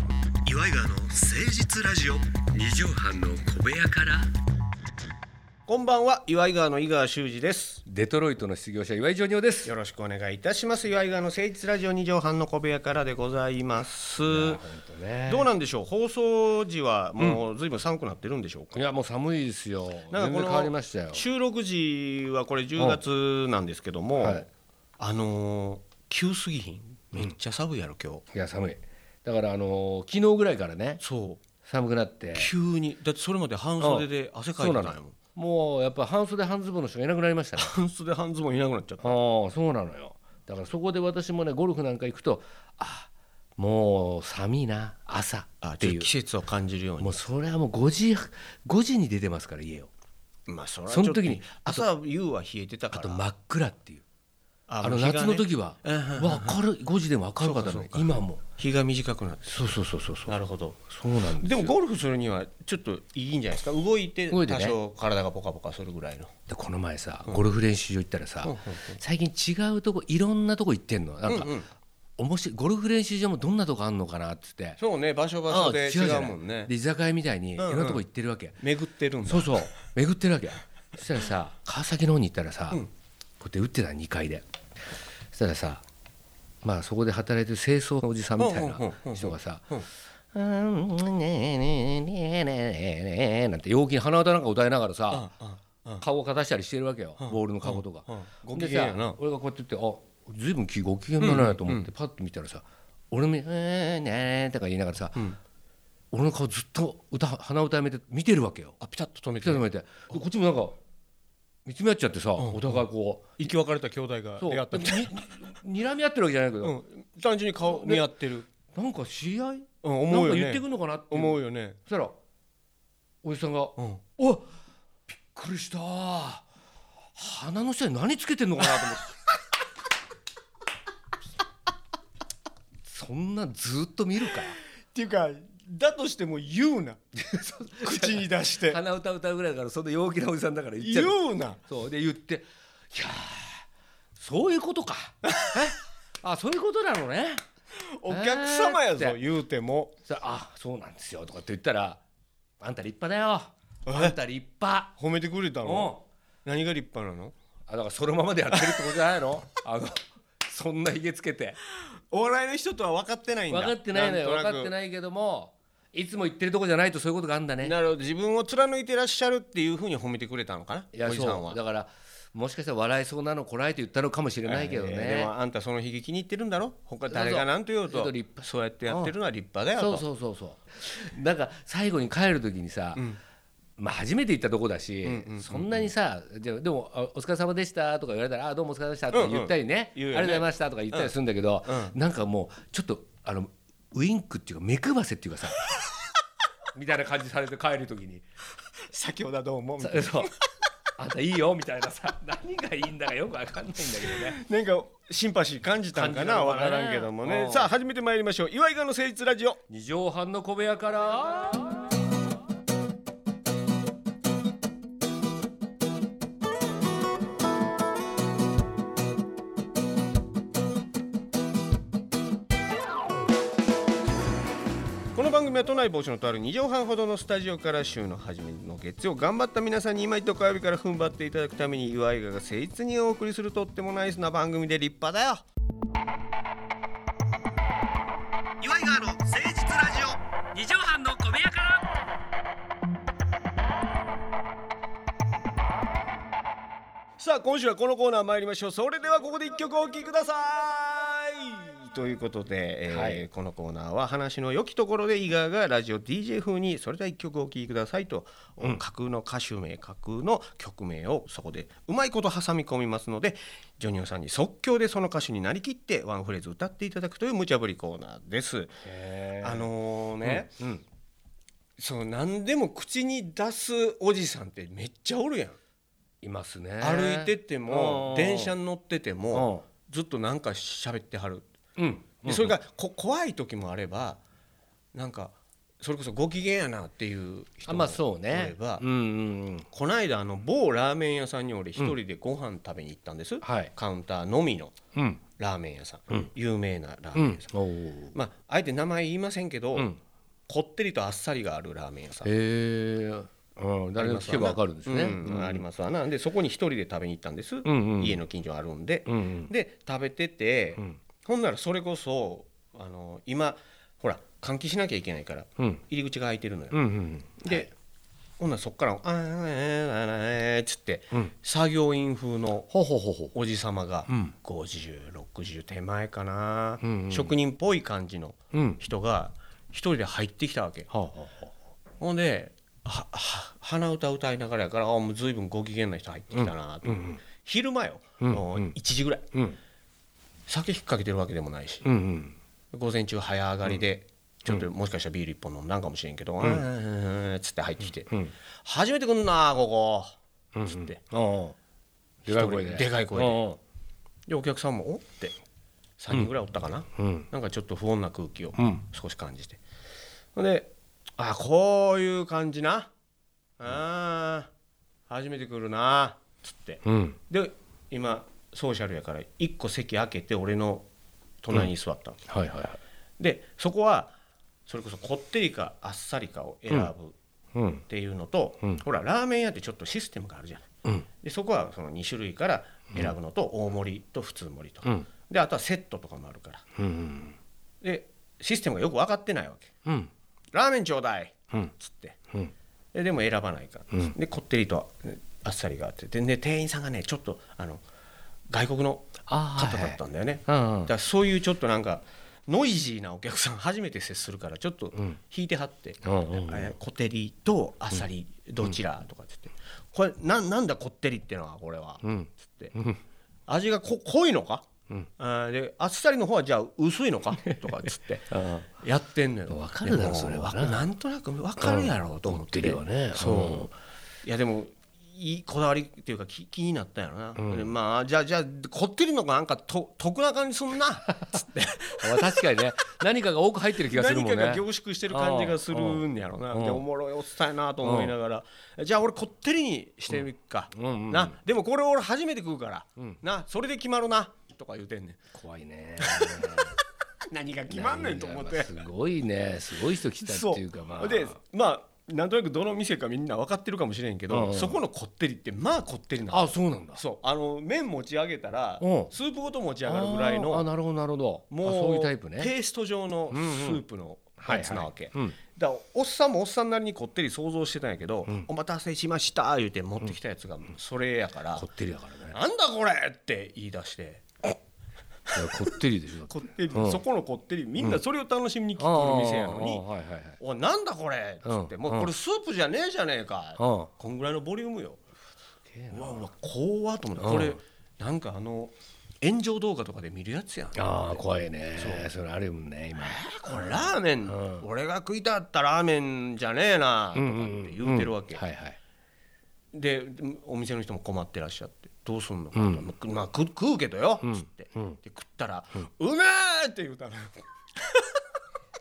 イガーの誠実ラジオ二畳半の小部屋からこんばんは岩井川の井川修司ですデトロイトの失業者岩井ジョニオですよろしくお願いいたします岩井川の誠実ラジオ二畳半の小部屋からでございますどうなんでしょう放送時はもうずいぶん寒くなってるんでしょうか、いやもう寒いですよな全然んかこ変わりましたよの収録時はこれ10月なんですけども、はいあのー急すぎひんめっちゃ寒いやろ今日、いや寒いだからあのー昨日ぐらいからねそう寒くなって急にだってそれまで半袖で汗かいそうてたなんやのもんもうやっぱ半袖半ズボンの人がいなくなりましたね半袖半ズボンいなくなっちゃっあたあそうなのよだからそこで私もねゴルフなんか行くとあもう寒いな朝あっちてょっいとう季節を感じるようにもうそれはもう5時5時に出てますから家をまあそれはその時にちょっと朝夕は冷えてたかあらと真っ暗っていうああのもう日が夏ねの時は、うんうん わ明るい5時でも明るかったのに今も日が短くなってそうそうそうそうそうなるほどそうなんですでよもゴルフするにはちょっといいんじゃないですか動いて動いて多ね少体がポカポカするぐらいのでこの前さゴルフ練習場行ったらさ、最近違うとこいろんなとこ行ってんのなんか、面白いゴルフ練習場もどんなとこあんのかなっつってそうね場所場所でああ違じゃうないもんねで居酒屋みたいにいろんなとこ行ってるわけ、巡ってるんだそうそう巡ってるわけそしたらさ川崎の方に行ったらさ、こうやって打ってた2階でそしたらさまあそこで働いてる清掃のおじさんみたいな人がさ「うんねねねねね」なんて陽気に鼻歌なんか歌いながらさ顔をかたしたりしてるわけよボールのカゴとかうんうん。ご機嫌やなでさ俺がこうやって言って「あずいぶんきご機嫌だな」と思ってパッと見たらさ俺も「うんねね」とか言いながらさ俺の顔ずっと歌鼻歌やめて見てるわけよ。あピタッと止め来たてと思ってでこっちもなんか見つめ合っちゃってさ、お互いこう生き別れた兄弟がそう出会ったみたいに睨み合ってるわけじゃないけど、なうん単純に顔見合ってるなんか知り合いうん思うなんよか言ってねくんのかなって思ううよねそしたらおじさんが「うんおっびっくりした鼻の下に何つけてんのかな」と思って そんなずっと見るかっていうかだとしても言 うな口に出して鼻歌歌うぐらいだからそんな陽気なおじさんだから言っちゃう言うなそうで言って「いやーそういうことか」えあそういうことなのね」お客様えやーっぞて言うてもさあそうなんですよ」とかって言ったら「あんた立派だよあんた立派褒めてくれた」うんの何が立派なのあだからそのままでやってるってことじゃないのあのそんなひげつけてお笑いの人とは分かってないんだ分かってないのよんと分なくかってないけどもいつも言ってるとこじゃないとそういうことがあるんだねなるほど自分を貫いてらっしゃるっていうふうに褒めてくれたのかないやおじさんそはうだからもしかしたら笑いそうなのこらえて言ったのかもしれないけどね、えーでもあんたその悲劇気に入ってるんだろ他誰が何と言おうそうそとう立派そうやってやってるのは立派だよとそうそうそうそうなんか最後に帰る時にさ、まあ初めて行ったとこだし、そんなにさ「じゃあでもあお疲れ様でした」とか言われたら「あどうもお疲れ様でした」って言ったりね「うんうん言うあよねりがとうございました」とか言ったりするんだけど、なんかもうちょっとあのウインクっていうか目くばせっていうか さみたいな感じされて帰る時に先ほどはどうもみた「いそうあんたいいよ」みたいなさ 何がいいんだかよく分かんないんだけどね。ななんかシンパシー感じたんか感なじたの分かなからんけどもねうんさあ始めてまいりましょう岩井川の誠実ラジオ二畳半の小部屋からこの番組は都内某所のとある2畳半ほどのスタジオから週の初めの月曜頑張った皆さんに今一度火曜日から踏ん張っていただくために岩井川が誠実にお送りするとってもナイスな番組で立派だよ岩井川の誠実ラジオ二畳半の小部屋からさあ今週はこのコーナー参りましょうそれではここで一曲お聴きくださいということで、えーはいこのコーナーは話の良きところで井川がラジオ DJ 風にそれでは一曲お聴きくださいと、架空の歌手名架空の曲名をそこでうまいこと挟み込みますのでジョニオさんに即興でその歌手になりきってワンフレーズ歌っていただくという無茶ぶりコーナーです。あのーね、そう何でも口に出すおじさんってめっちゃおるやん。いますね歩いててもうん電車に乗っててもずっとなんか喋ってはるうんでそれがこ怖い時もあればなんかそれこそご機嫌やなっていう人あもまいあそうねればうんうんうんこないだあの某ラーメン屋さんに俺一人でご飯食べに行ったんですはいカウンターのみのうんラーメン屋さん有名なラーうメン屋んさんおーまああえて名前言いませんけどうんこってりとあっさりがあるラーメン屋さんえうん、誰が聞けばわかるんですね。うんありますわななんでそこに一人で食べに行ったんです、うんうん家の近所あるんで、うんうんで食べてて、うんほんならそれこそあの今ほら換気しなきゃいけないからうん入り口が開いてるのよ、うんうんで、ほんならそっから「あーあーあーあーあーっつって、うん作業員風のほうほうほうほおじさまがうん5060手前かな、うんうん職人っぽい感じのう。うん。人が一人で入ってきたわけはあはあはほんではは鼻歌歌いながらやからあもう随分ご機嫌な人入ってきたなと、昼間よ、うんもううん1時ぐらいあ。うん酒引っ掛けてるわけでもないし、うんうん。午前中早上がりで、ちょっともしかしたらビール一本飲んだんかもしれんけど、うん、っつって入ってきて、うん初めて来んなこうんうこんつって、ああ。でかい声で。でかい声であでお客さんもおって3人ぐらいおったかな、あ。うんなんかちょっと不穏な空気をうん少し感じて、ほんであこういう感じなあー初めて来るなつってうんで今ソーシャルやから1個席開けて俺の隣に座ったの、はいはいはい。でそこはそれこそこってりかあっさりかを選ぶっうんていうのと、うんほらラーメン屋ってちょっとシステムがあるじゃんうんでそこはその2種類から選ぶのと大盛りと普通盛りと、うんであとはセットとかもあるからうんでシステムがよく分かってないわけうんラーメンちょうだいうんつってうんででも選ばないから、うんでこってりとあっさりがあってでで店員さんがねちょっとあの外国のあ方だったんだよね、うんだからそういうちょっとなんかノイジーなお客さん初めて接するからちょっとん引いてはってうんうんうんえーこってりとあっさりどちら?」とかっつって「これななんだこってりってのはこれは」うんつって「味がこ濃いのかうんあーであっさりの方はじゃあ薄いのか?」とかっつってあやってんのよわかるだろでもそれはわななんとなくわかるやろうと思ってうん思ってるよねそういやでもいいこだわりっていうかき気になったんやろな、でまあじゃあじゃあこってりのがなんかと得な感じすんなつってあ確かにね何かが多く入って る気がする何もかんねが凝縮してる感じがするんやろなうんでおもろいおっさんやなと思いながらじゃあ俺こってりにしてみっか、うんうんうんなでもこれ俺初めて食うから、んなそれで決まるなとか言うてんねん 怖いね何が決まんねんと思ってすごいねすごい人来たっていうかまあでまあなんとなくどの店かみんな分かってるかもしれんけど、うんそこのこってりってまあこってりなのあそうなんだそうあの麺持ち上げたら、うんスープごと持ち上がるぐらあーいあのなるほどなるほどもあうそういうタイプねペースト状のスープのやつなわけ、はいはいうんだからおっさんもおっさんなりにこってり想像してたんやけど「お待たせしました」言うて持ってきたやつがそれやから「こってりだからねなんだこれ!」って言い出していやこってりでしょだって こってり、うんそこのこってりみんなそれを楽しみに来てる店やのに。あーはいはいはいおいなんだこれっつって、うんもうこれスープじゃねえじゃねえか、うんこんぐらいのボリュームよげえうわうわ怖っと思って、これなんかあの炎上動画とかで見るやつやんああ怖いねそれあるもんね今これラーメン、俺が食いたかったラーメンじゃねえなとかって言うてるわけ、はいはいでお店の人も困ってらっしゃってどうすんのかと、まあ、く食うけどよっつって、で食ったら「うめえ!」って言うたのよ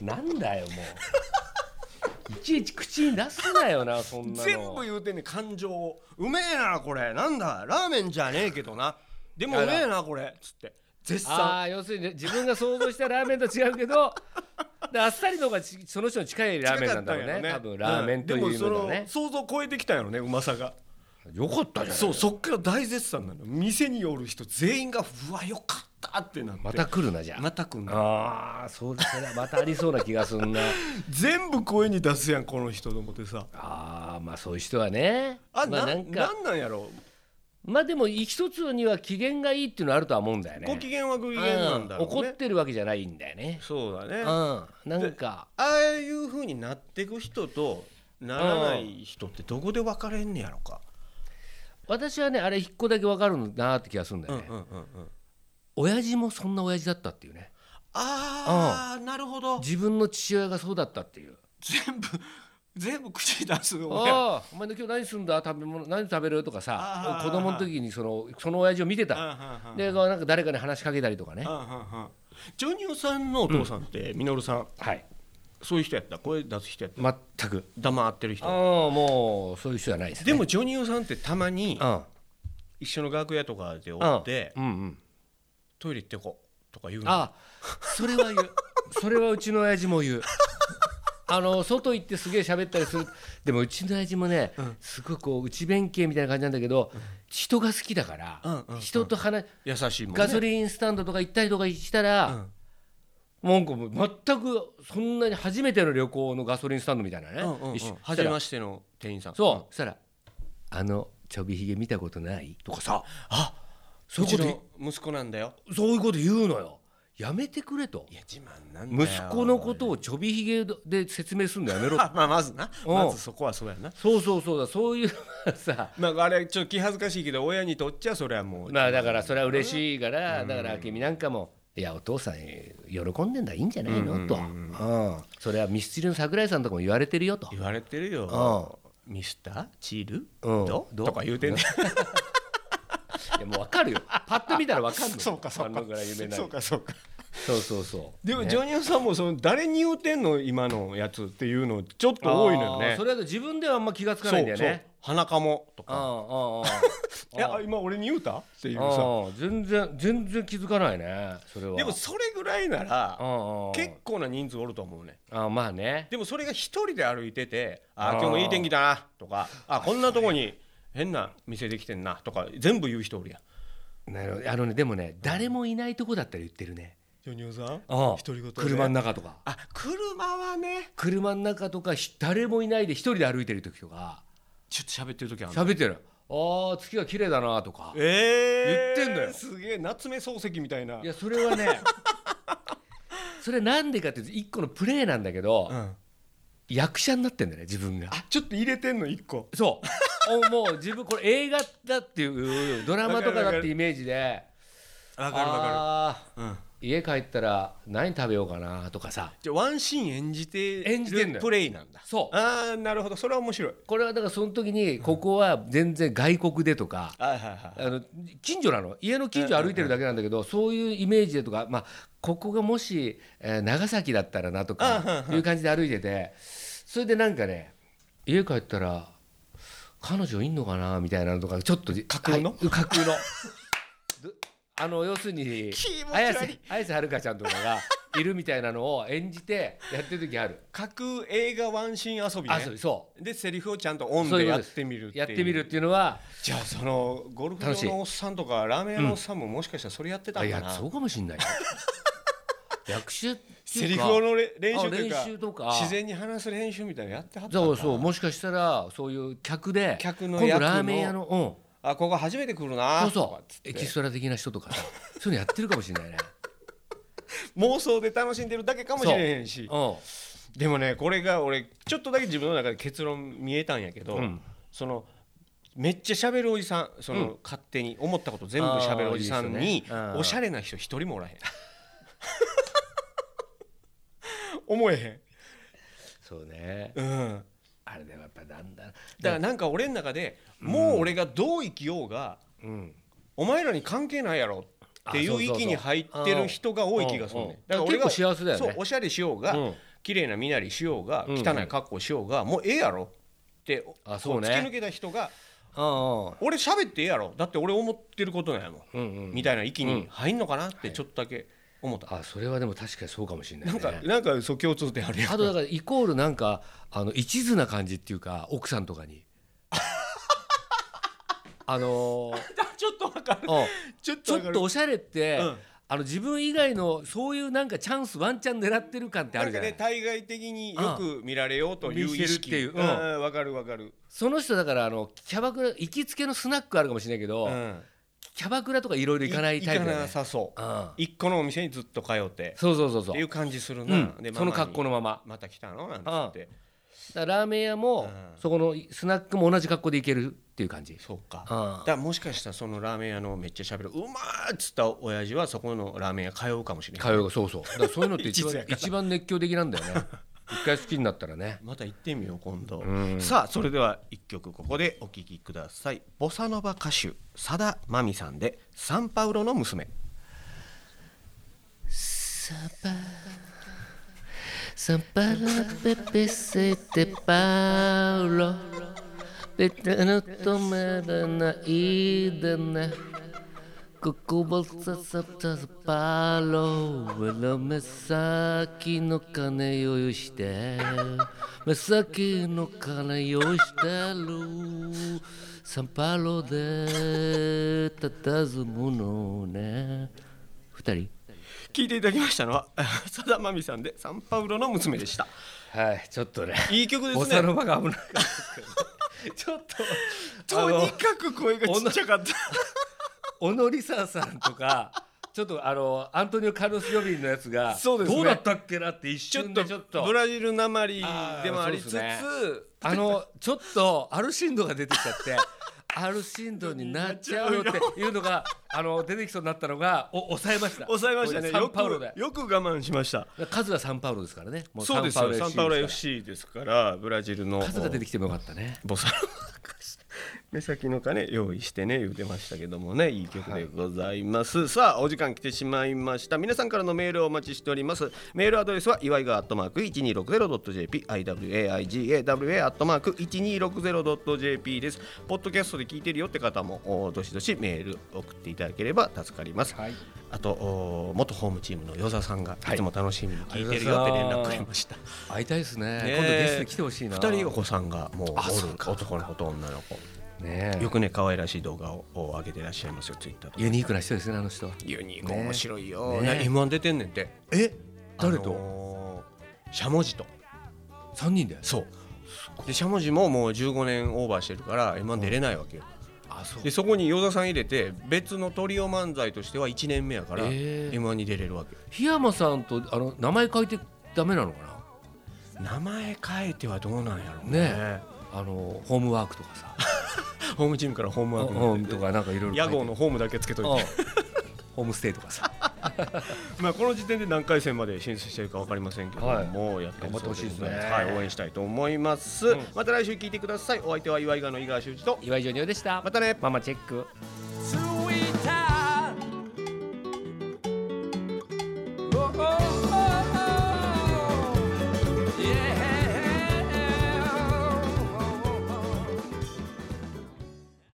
なんだよも ういちいち口に出すなよなそんなの全部言うてんねん感情をうめえなこれなんだラーメンじゃねえけどなでもうめえなこれつって絶あ賛あ要するに自分が想像したラーメンと違うけどであっさりの方がちその人に近いラーメンなんだろうね多分ラーメンという意味のでねも、その想像超えてきたんやろねうまさがよかったじゃんそうそっから大絶賛なの店による人全員がうわよかったってなってまた来るなじゃあ、また来んのああそうですねまたありそうな気がすんな全部声に出すやんこの人と思ってさああまあそういう人はねあ、まあ、ななんんなかんなんやろまあでも一つには機嫌がいいっていうのはあるとは思うんだよねご機嫌はご機嫌なんだろうねうん怒ってるわけじゃないんだよねそうだねうんあなんかあいう風になってく人とならない人ってどこで分かれんねやろか私はねあれ一個だけわかるなーって気がするんだよね、うんうんうん親父もそんな親父だったっていうねああなるほど自分の父親がそうだったっていう全部全部口に出「す親ああお前の今日何するんだ食べ物何食べる?」とかさあー子供の時にそのその親父を見てたあでこうなんか誰かに話しかけたりとかねジョニオさんのお父さんってミノルさんはいそういう人やった声出す人やった全く黙ってるあ人あもうそういう人じゃないですねでもジョニオさんってたまにうん一緒の楽屋とかでおってうんうんトイレ行ってこうとか言う のあそれは言うそれはうちの親父も言うあの外行ってすげえ喋ったりするでもうちの親父もね、すごいこう内弁慶みたいな感じなんだけど、人が好きだから、うんうんうん人と話、優しいもんねガソリンスタンドとか行ったりとかしたら、なんかもう全くそんなに初めての旅行のガソリンスタンドみたいなね、うんうんうん一緒初めましての店員さんそう、そしたら「あのちょびひげ見たことない?」とかさあそうういうちことの息子なんだよそういうこと言うのよやめてくれといや自慢なんだよ息子のことをちょびひげで説明するのや めろとあまあまずなうんまずそこはそうやなそうそうそうだそういうのは さまああれちょっと気恥ずかしいけど親にとっちゃそれはもうまあだからそれは嬉しいからだから君なんかも「いやお父さん喜んでんだいいんじゃないの?」と、うんそれはミスチルの桜井さんとかも言われてるよ」と言われてるよミスターチールうんどどとか言うてんねいやもうわかるよパッと見たらわかんのよあのぐらい夢ないそうかそうかそうそうそうでもジョニオさんもその誰に言うてんの今のやつっていうのちょっと多いのよあーねそれだと自分ではあんま気がつかそなういんだよねそう花かもとうんうかんうんいや今俺に言うたっていうさあー全然全然気づかないねそれはでもそれぐらいならうんうん結構な人数おると思うねあまあねでもそれが一人で歩いてて「ああーー今日もいい天気だな」とか「あこんなとこに変な店できてんな」とか全部言う人おるやん。なるほどあのねでもね誰もいないとこだったら言ってるねジョニオさんうん独り言で車の中とかあ車はね車の中とかひ誰もいないで一人で歩いてる時とかちょっと喋ってる時ある喋ってるあー月が綺麗だなとかえー、言ってんだよすげえ夏目漱石みたいないやそれはね それなんでかっていうと一個のプレーなんだけど、うん、役者になってんだよね自分があちょっと入れてんの一個そうおもう自分これ映画だっていうドラマとかだってイメージでわあかるうんー家帰ったら何食べようかなとかさじゃあワンシーン演じて演じてんのよるプレイなんだそうああなるほどそれは面白いこれはだからその時にここは全然外国でとか、はいはいはいあの近所なの家の近所歩いてるだけなんだけど、そういうイメージでとか、まあ、ここがもし、えー長崎だったらなとかいう感じで歩いててそれでなんかね家帰ったら彼女いんのかなみたいなのとかちょっと架空の架空の どあの要するに気持ち悪い綾瀬綾瀬はるかちゃんとかがいるみたいなのを演じてやってる時ある。架空映画ワンシーン遊び、ね、あそうそうでセリフをちゃんとオンそういでうこやとっですてみるっていうやってみるっていうのはじゃあそのゴルフ楽しい場のおっさんとかラーメン屋のおっさんももしかしたらそれやってたあんいかやな、そうかもしん ないよ役者っていうかセリフのれ練習というあか練習とか自然に話す練習みたいなのやってはったんそかなうそうもしかしたらそういう客で客の今役度のラーメン屋のあここ初めて来るうんなそうとかそっつっうてエキストラ的な人と かさそういうのやってるかもしれないね妄想で楽しんでるだけかもしれへんしうでもねこれが俺ちょっとだけ自分の中で結論見えたんやけど、うんそのめっちゃ喋るおじさんその、勝手に思ったこと全部喋るおじさんあーいいにですよねうんおしゃれな人一人もおらへん 思えそうねへん、うん、あれでもやっぱなんだだからなんか俺の中でもう俺がどう生きようが、うんお前らに関係ないやろっていあそううそうそう域に入ってる人が多い気がするうんうんねだから俺が結構幸せだよねそうおしゃれしようが、うん綺麗な身なりしようがんうん汚い格好しようが、もうええやろってあそうねこ突き抜けた人がうんうん俺喋ってええやろだって俺思ってることなんやもん、うんうんみたいな域に入んのかなってちょっとだけ思った、あそれはでも確かにそうかもしれないなんかねなんかそう共通点あるやんあとだからイコールなんかあの一途な感じっていうか奥さんとか にあのー ちょっとわかるうんちょちっとょわっかるとおしゃれって、うんあの自分以外のそういうなんかチャンスワンチャン狙ってる感ってあなるんじかゃない、ね対外的によく見られようという見意せるっ識ていううんんわかるわかる、その人だからあのキャバクラ行きつけのスナックあるかもしれないけど、うんキャバクラとかいろいろ行かないタイプだ行よかなね、さそううん、一個のお店にずっと通ってそうそうそうっそてういう感じするうな、んで、その格好ののまままた来たのなんつってだからラーメン屋も、うんそこのスナックも同じ格好で行けるっていう感じそうかだああからもしかしたらそのラーメン屋のめっちゃ喋るうまーっつった親父はそこのラーメン屋通うかもしれない通うそうそうだからそういう のって一一途番やから一番熱狂的なんだよね一回好きになったらねまた行ってみよう今度、んさあそれでは一曲ここでお聴きくださいボサノバ歌手さだまみさんで「サンパウロの娘 San Pablo, Pepe, se te Paulo. Pepe, no tomara na ida na. ここもささささパロウの目先の金用意して目先の金用意してるサンパロで佇むのね二人聞いていただきましたのは さだまみさんでサンパウロの娘でしたはいちょっとねいい曲でおすさねの場が危ないちょっとあとのにかく声がちっちゃかった小野梨沙さんと かちょっとあのアントニオ・カルロス・ジョビンのやつがそうですねどうだったっけなって一ちょっ瞬とでちょっとブラジルなまりでもありつつ、あーあのちょっとアルシンドが出てきちゃって アルシンドになっちゃうよっていうのがあの出てきそうになったのがお抑えました抑えましたねこれよサンパウロでくよく我慢しました数はサンパウロですからねもそうですよサンパウロです FC ですからブラジルのから数が出てきてもよかったねボサノバ歌手 目先の金用意してね言ってましたけどもねいい曲でございます、さあお時間来てしまいました皆さんからのメールをお待ちしておりますメールアドレスは祝いがアットマーク 1260.jp iwaigawa アットマーク 1260.jp ですポッドキャストで聞いてるよって方もおどしどしメール送っていただければ助かります、はいあとお元ホームチームの与座さんがはいいつも楽しみに聞いてるよって連絡くれました、会いたいですねねえ今度ゲストに来てほしいな二人お子さんがもうおあそうる男の子と女の子ねえよくね可愛らしい動画を上げてらっしゃいますよツイッターとかユニークな人ですねあの人ユニークね面白いよ、ねね、M1 出てんねんてえ誰あとのーしゃもじと三人でそうでしゃもじももう15年オーバーしてるから M1 出れないわけよあそうでそこに与田さん入れて別のトリオ漫才としては1年目やからえー M1 に出れるわけ、檜山さんとあの名前書いてダメなのかな名前変えてはどうなんやろうねねあのホームワークとか さホームチームからホームワークにホーなっムてとてかなんかいろいろ屋号のホームだけつけといてうんホームステイとかさまあこの時点で何回戦まで申請してるかわかりませんけども、はいもうやってるそ頑張うってほしいですねはい、応援したいと思います、また来週聞いてくださいお相手は岩井川の井川修司と 岩井ジョニオでしたまたねママチェック「